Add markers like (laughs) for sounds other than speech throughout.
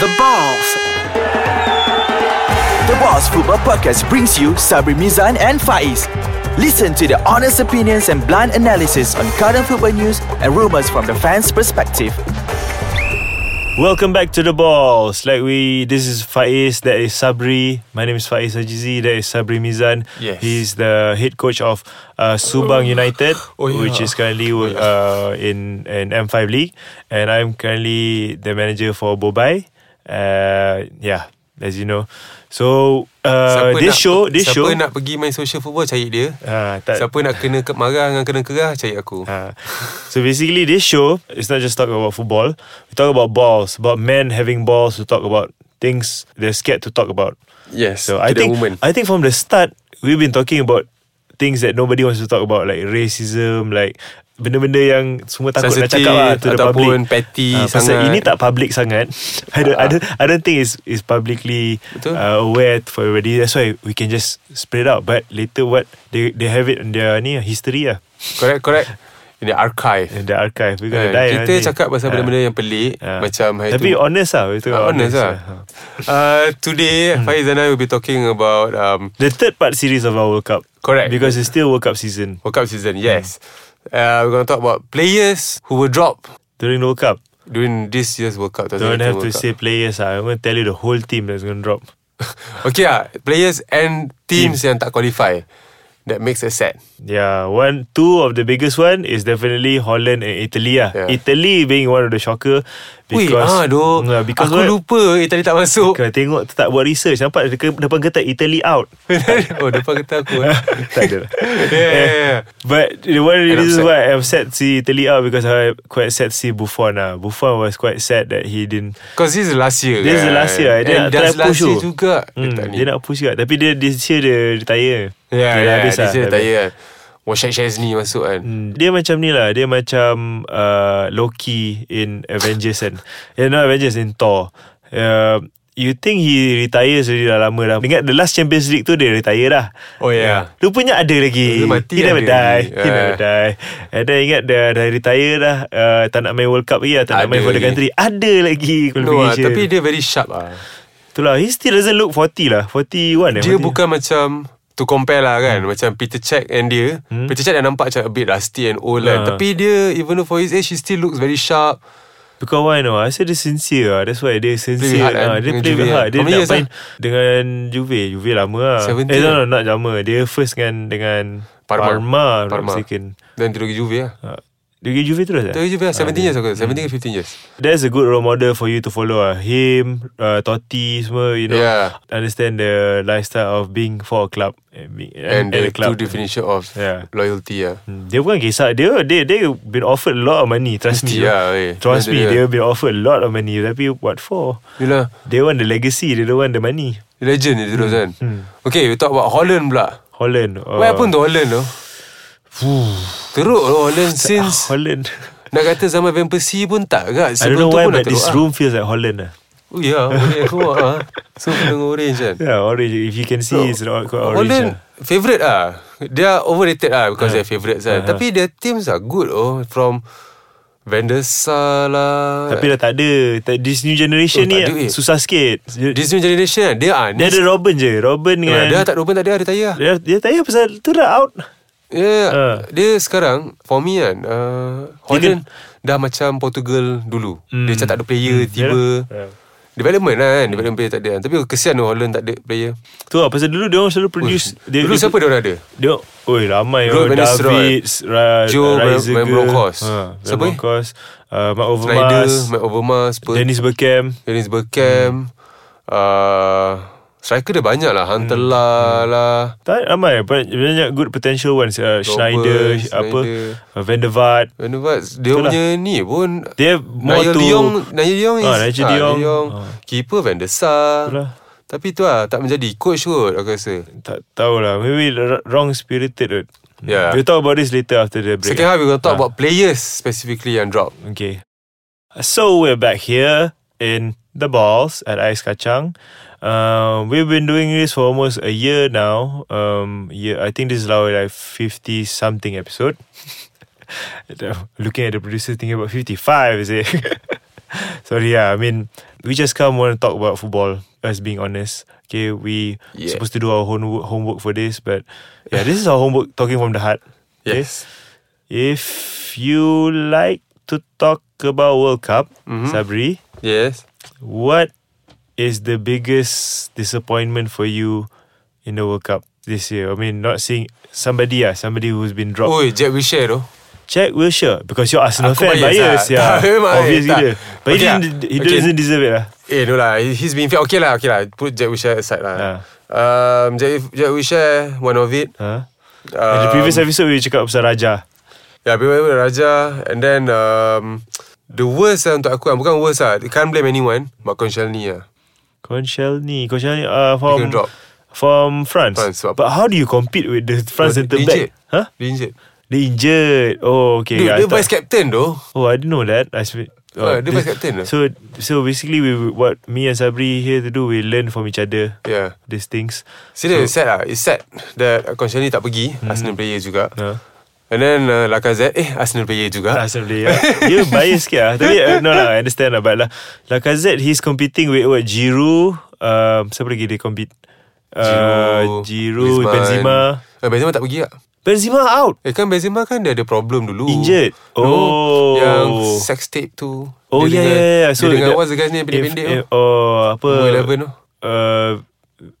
The Balls. The Boss Football Podcast brings you Sabri Mizan and Faiz. Listen to their honest opinions and blunt analysis on current football news and rumors from the fans' perspective. Welcome back to the balls. Like we, this is Faiz. That is Sabri. My name is Faiz Hajizi. That is Sabri Mizan. Yes. He's the head coach of uh, Subang United, (laughs) Oh, yeah. which is currently uh, in in M5 League, and I'm currently the manager for Bobai. Uh, yeah, as you know. So uh, Siapa this nak- show, this siapa show. nak pergi main social football cari dia. Ah, tak- Siapa nak kena ke- marah dengan kena kerah cari aku. Uh, (laughs) so basically, this show is not just talk about football. We talk about balls, about men having balls. We talk about things they're scared to talk about. Yes. So I to the think woman. I think from the start we've been talking about things that nobody wants to talk about, like racism, like benda-benda yang semua takut nak Sensitive cakap lah to the ataupun public. petty Ah, pasal sangat. Ah. ini tak public sangat. (laughs) I don't, I don't, I don't think it's is publicly Betul. uh, aware for everybody. That's why we can just spread out. But later, what they they have it in their ni history lah. Correct, correct. In the archive. In the archive We're gonna Ah, die kita nanti. cakap pasal Ah. benda-benda yang pelik Ah. macam hari Tapi tu. honest Hmm. lah Itu Ah, honest lah. Uh, today, Faiz and I will be talking about um, The third part series of our World Cup Correct. Because it's still World Cup season World Cup season. Hmm. Yes. Uh, we're going to talk about players who were dropped During the World Cup during this year's World Cup. Don't 2018 have to World Cup. say players lah I'm going to tell you the whole team That's going to drop (laughs) Okay lah, players and teams yang tak qualify. That makes us sad. Yeah One Two of the biggest one Is definitely Holland and Italy lah Yeah. Italy being one of the shocker Weh, ah, doh. Nah, because Aku what- lupa Itali tak masuk. Kena tengok Tak buat research Nampak dekat depan kertas Italy out (laughs) oh, depan kata aku. (laughs) eh. Tak ada lah. yeah, yeah, yeah. But the one of the And reasons upset. why I'm sad to see Italy out because I quite sad to see Buffon lah. Buffon was quite sad that he didn't. Because this is last year. This is kan? last year. Dia And nak try that's last push year tu. juga. Eh, Hmm, tak Ya, ni. dia nak push juga. Tapi dia this year dia retire. dia Yeah, dah yeah, habis lah. this year Dah tak habis. ya. Washak Shazni masuk kan. Hmm, Dia macam ni lah Dia macam uh, Loki In Avengers kan yeah, Not Avengers In Thor uh, You think he retire Sudah dah lama dah Ingat the last Champions League tu Dia retire dah Oh, yeah. Rupanya ada lagi Dia mati He never ada die lagi. He never Ah. die And then ingat Dah, dah retire dah uh, Tak nak main World Cup lagi lah Tak nak Ada main for the lagi. country Ada lagi No, ah, qualification tapi dia very sharp ah. Itulah He still doesn't look 40 lah 41 eh, Dia 40. bukan macam To compare Hmm. lah kan Macam Peter Check and dia Peter Check dah nampak macam A bit rusty and old Ah. kan Tapi dia Even though for his age He still looks very sharp Because why no? I say dia sincere lah. That's why dia sincere. Play with heart, lah. kan? Dia Dengan play with Juve, heart. kan? Dia How many tak years, main dengan Juve. Juve lama lah. 17, eh, no, no, eh? not lama. Dia first dengan dengan Parma. Parma. Parma, if I'm Parma. not mistaken. Dan tidur ke Juve lah Ha. Dia pergi Juve terus eh? Tidur ke Juve lah 17 years aku Hmm. 17 ke 15 years That's a good role model for you to follow lah. Him, uh, Totti semua, you know. Yeah. Understand the lifestyle of being for a club. And, being, And at the true definition of Yeah. Loyalty lah Hmm, Dia bukan kisah Dia dia dia been offered a lot of money Trust (laughs) me Yeah, eh. Trust me Dia Dia- been offered a lot of money Tapi what for Yelah They want the legacy They don't want the money Legend dia terus kan Okay we talk about Holland pula Holland Hmm. uh, What happened to Holland tu Teruk tu Holland since (sighs) Holland Nak kata zaman Van Persie pun tak Ah, (laughs) I kat don't Sebelum know tu why pun dah But teruk this lah room feels like Holland lah. Oh ya Boleh keluar lah (laughs) So kena dengan orange kan Yeah orange If you can see So, It's not quite orange Holland lah. favourite ah. They are overrated ah because Ah. they're favourites Ah, ah. ah. Tapi their teams are good oh from Van der Sar lah. Tapi dah tak ada Ta- This new generation Oh, ni ah, tak ada, eh. Susah sikit Dia this new generation ah, dia ah. dia ada kan? Robin je Robin dengan dia tak ada open tak ada ada tayar. dia, dia tak payah pasal Tu dah out Yeah, Ah. Ya, dia sekarang for me kan uh, Holland dah macam Portugal dulu. Dia Hmm. macam tak ada player tiba. Yeah. Development lah Hmm. kan Development player tak ada kan. Tapi kesian tu Holland tak ada player Tu lah Pasal dulu dia orang selalu produce dia, Dulu dia, siapa dia orang ada? Dia Oi ramai Bro, orang Van Nistelrooy. David Ra, Joe Van- Reisiger Van Bronckhorst. ha, Van Siapa? Bronckhorst uh, Mark Snyder Overmars Mike Overmars apa. Dennis Bergkamp Dennis Bergkamp hmm. uh, Striker dia banyak lah Hunter hmm. lah, lah. Tak ramai Banyak, banyak good potential ones uh, Schneider Schneider. Apa uh, Van der Vaart And what, dia Itulah. punya ni pun They have more Nigel to Dion Nigel Dion is Ah, Nigel ah, Dion. Ah. Keeper Van der Sar Itulah. Tapi tu lah Tak menjadi coach kot Aku rasa Tak tahulah Maybe r- wrong spirited kot. Yeah. We'll talk about this later After the break Second half we gonna Ah. talk about players Specifically yang drop Okay So we're back here In the balls At Ice Kacang um, We've been doing this For almost a year now um, yeah, I think this is our like 50 something episode (laughs) Looking at the producer Thinking about 55 is it (laughs) Sorry yeah I mean we just come want to talk about football. Us being honest, okay, we Yeah. supposed to do our homework homework for this, but yeah, this is our homework. Talking from the heart. Okay? Yes. If you like to talk about World Cup, Mm-hmm. Sabri, Yes. what is the biggest disappointment for you in the World Cup this year? I mean, not seeing somebody, ah, somebody who's been dropped. Oi, Jack Wilshere tu. Jack Wilshere because you're Arsenal Aku fan (laughs) bias, bias, ah. yeah. Tak, memang Obvious tak. gila. But he, Okay, didn't, he okay. doesn't deserve it lah. Eh no lah he- He's been fair Okay lah okay lah Put Jack Wilshere aside lah Ah. um, Jack, Jack Wilshere One of it Huh? um, In the previous episode we cakap pasal Raja. Yeah People with Raja And then um, The worst lah untuk aku lah. Bukan worst lah Can't blame anyone But Konshalny lah Konscielny, Konscielny uh, from Dia kena drop. from France. France, sebab- But how do you compete with the France Dia centre injured. back? Huh? Dia injured They injured. Oh, okay. Dude yeah, I dia thought- vice captain tu Oh, I didn't know that. I sp- Ah, dia this- vice captain lah. So, so basically, we what me and Sabri here to do, we learn from each other. Yeah These things. Serious so, Hmm. sad lah It's sad That Konshalny tak pergi Arsenal player juga Uh, And then uh, Lacazette Eh Arsenal player juga Assembly ah, yeah. Dia bias sikit lah Tapi uh, no lah I understand lah But lah Lacazette he's competing with what Giroud um, Siapa lagi dia compete uh, Giroud Griezmann. Benzema Eh, Benzema tak pergi tak Benzema out Eh kan Benzema kan dia ada problem dulu Injured. no, Oh. Yang sex tape tu Oh yeah, Dia yeah dengan- yeah yeah Dia dengan that- what's the guy's name if- Pendek-pendek tu if- Oh apa Number 11 tu uh,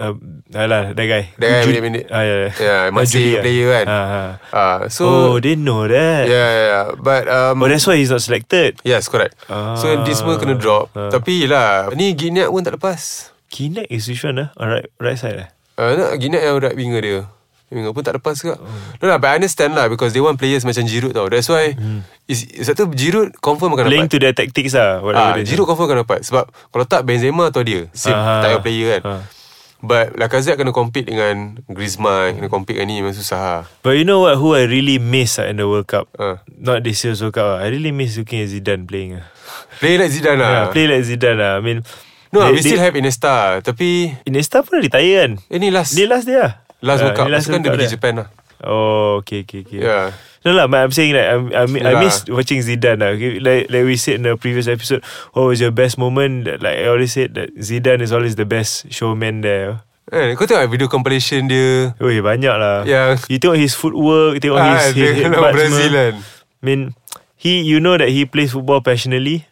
uh, Alah that guy That guy Ju- pendek-pendek. ah, yeah, yeah. Yeah, Ah, Marseille Julia. player kan. ah, ah. Ah, So Oh they know that Yeah yeah yeah But um, Oh that's why he's not selected Yes correct Ah. So this semua kena drop Ah. Tapi lah Ni Gignac pun tak lepas Kinek is which one ah? On right, right side eh uh, no, Gignac yang right winger dia Winger pun tak lepas Oh. juga No lah but I understand lah Because they want players macam Giroud tau That's why Hmm. is, Satu Giroud confirm akan Link dapat to their tactics lah Whatever Ah, it is. Giroud confirm akan dapat Sebab kalau tak Benzema atau dia Same Ah. type of player kan Ah. But Lacazette kena compete dengan Griezmann Kena compete dengan ni Memang susah lah But you know what? Who I really miss ah, in the World Cup? Uh. Not this year's World Cup. ah. I really miss looking at Zidane playing. ah. Play like Zidane lah Yeah, play like Zidane. ah. I mean, No they- we still they- have Iniesta Tapi Iniesta pun dah retire kan? Eh ni last Dia last dia. Last World Ah, Cup Last Last kan World Cup dia pergi dia. Japan lah Oh, okay, okay, okay. Yeah. No lah, but I'm saying like I'm, I'm, I Yalah. miss watching Zidane lah. Okay, Like like we said in the previous episode, what was your best moment? Like I always said that Zidane is always the best showman there. eh, Kau tengok video compilation dia Oh, banyak lah. Yang You tengok his footwork, you tengok Ya. ah, his, Dia his kena headbutts Brazil semua. kan I mean, he you know that he plays football passionately.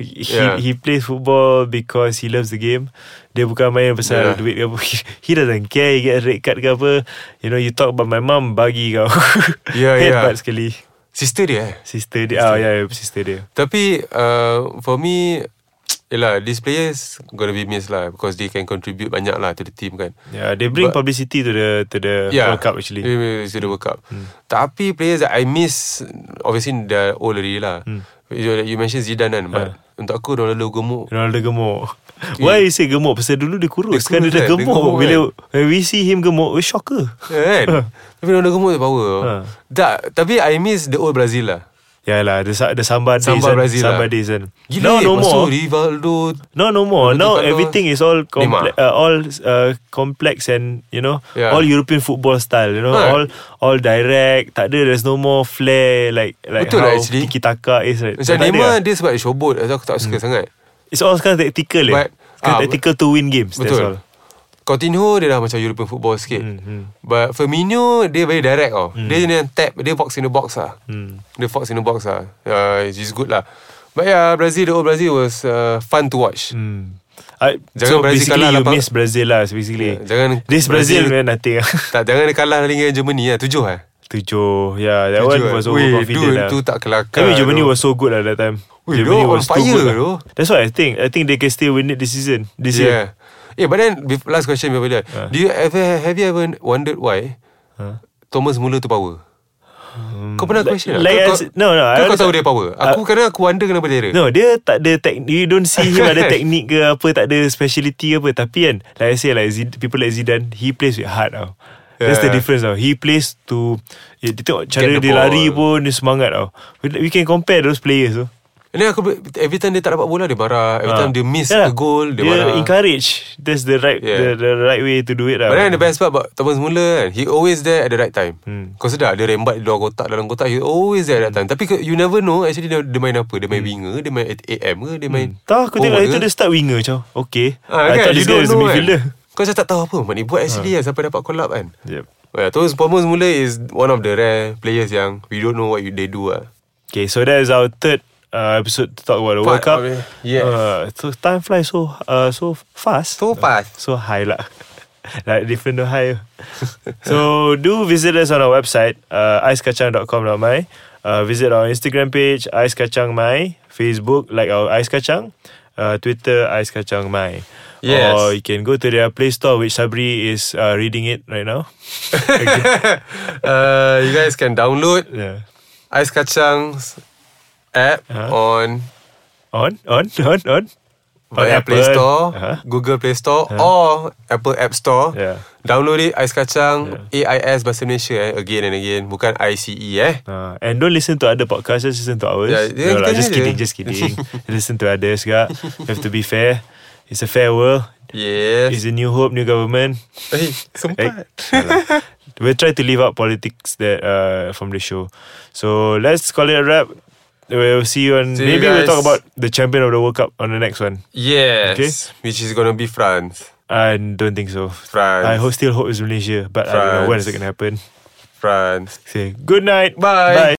He, Yeah. he he plays football because he loves the game. Dia bukan main pasal Yeah. duit ke apa. (laughs) He doesn't care he get red card ke apa. You know, you talk about my mum bagi kau. (laughs) Yeah, yeah. Headbutt sekali. Sister dia eh Sister dia. Oh, yeah, yeah, sister dia. Tapi uh, For me Yelah These players Gonna be missed lah Because they can contribute Banyak lah to the team kan Yeah, they bring But- publicity to the to the World Cup actually. Hmm. Yeah, yeah, It's the World Cup Tapi players that I miss Obviously they're old already lah Hmm. you, you mentioned Zidane kan But Untuk aku Ronaldo gemuk Ronaldo gemuk. Why you say gemuk? Pasal dulu dia kurus. Dia Sekarang kurus, dia dah kan? Dia gemuk. gemuk, Bila kan? when we see him gemuk, we shocker. (laughs) Kan Tapi Ronaldo gemuk dia power Ha. Tak Tapi I miss the old Brazil lah Yeah lah, the, sa- the samba days. Samba kan? Brazil lah. Samba days kan. Now Gila no masuk more. Rivaldo No, no more. Betul Now kalau- everything is all complex, Neymar. uh, all uh, complex and you know Yeah. all European football style. You know Right. all all direct. Tak ada. There's no more flair like like Betul how lah, actually. tiki taka is right. Tak Macam ada Neymar lah. Hmm. dia sebab dia showboat Aku tak suka sangat It's all sekarang tactical. eh. But- Sekarang ah, tactical to win games. That's all. Betul Coutinho dia dah macam European football sikit Hmm, hmm. But Firmino Dia very direct tau Dia jenis tap Dia box in the box lah Hmm. Dia box in the box lah uh, He's good lah But yeah Brazil The old Brazil was uh, Fun to watch Hmm. I, Jangan so Brazil basically kalah you lapan- miss Brazil lah so basically. Yeah, jangan this Brazil, Brazil- man nothing. (laughs) ah. (laughs) Tak jangan dia kalah dengan Germany lah Tujuh lah Tujuh Yeah that Tujuh, one was eh. overconfident Weh, lah dude, tu tak kelakar Tapi Germany tu. was so good lah that time Weh, Germany dia on too fire good lah. tu. That's what I think I think they can still win it this season This year Yeah Eh but then bef- Last question before that Ah. Do you ever Have you ever wondered why Huh? Hmm. Thomas Muller tu power Kau pernah like- question tak? like Kau- as- kau- no, no, I Kau, kau understand. tahu dia power Aku kadang aku wonder kenapa dia ada No dia tak ada tek- You don't see him (laughs) ada teknik ke apa Tak ada speciality ke apa Tapi kan Like I say like Zid- People like Zidane He plays with heart tau That's the Yeah. difference tau He plays to eh, Dia tengok cara the dia lari ball. pun Dia semangat tau We, we can compare those players tu And then aku ber- Every time dia tak dapat bola Dia marah Every Ah. time dia miss Yeah lah. a goal Dia, Dia marah encourage That's the right Yeah. the, the right way to do it lah But then the best part about Taman semula kan He always there at the right time hmm. Kau sedar Dia rembat di luar kotak Dalam kotak He always there Hmm. at the right time Tapi ke- you never know Actually dia, dia main apa Dia main winger Dia main at AM ke Dia main Tahu Hmm. aku tengok forward itu ke? Dia start winger macam Okay Oh, Ah, I kan? thought You this guy don't was a know kan midfielder Ah. Kau macam tak tahu apa Mak ni buat actually kan Sampai dapat collab kan Yep Well, Terus Pomo semula is One of the rare players yang We don't know what you, they do lah Okay, so that is our third uh, episode to talk about the World Part Cup. of it, yes. Uh, so time flies so uh, so fast. So fast. (laughs) so high lah. like different to high. (laughs) so do visit us on our website, uh, icekacang.com.my. Uh, visit our Instagram page, icekacangmai. Facebook, like our Ice Kacang. Uh, Twitter, Ice Kacang Mai. Yes. Or you can go to their Play Store, which Sabri is uh, reading it right now. uh, You guys can download Yeah. Ice Kacang's app Uh-huh. on On, on, (laughs) on, on. via Oh, Play Apple. Store, Uh-huh. Google Play Store or Apple App Store. Yeah. Download it Ais Kacang Ya. AIS Bahasa Malaysia eh again and again bukan ICE eh. Uh, and don't listen to other podcasts, just listen to ours. Yeah, yeah, no, lah, kita just je. kidding, just (laughs) kidding. listen to others, kak. You have to be fair. It's a fair world. Yes. It's a new hope, new government. Eh, Hey, sempat. salah. we'll try to leave out politics that uh, from the show. So let's call it a wrap. We'll see you on. See you maybe we'll guys. talk about the champion of the World Cup on the next one. Yes. Okay. Which is gonna be France. I don't think so. France. I ho- still hope it's Malaysia, but I don't know when is it France. gonna happen. France. Say good night. Bye. Bye.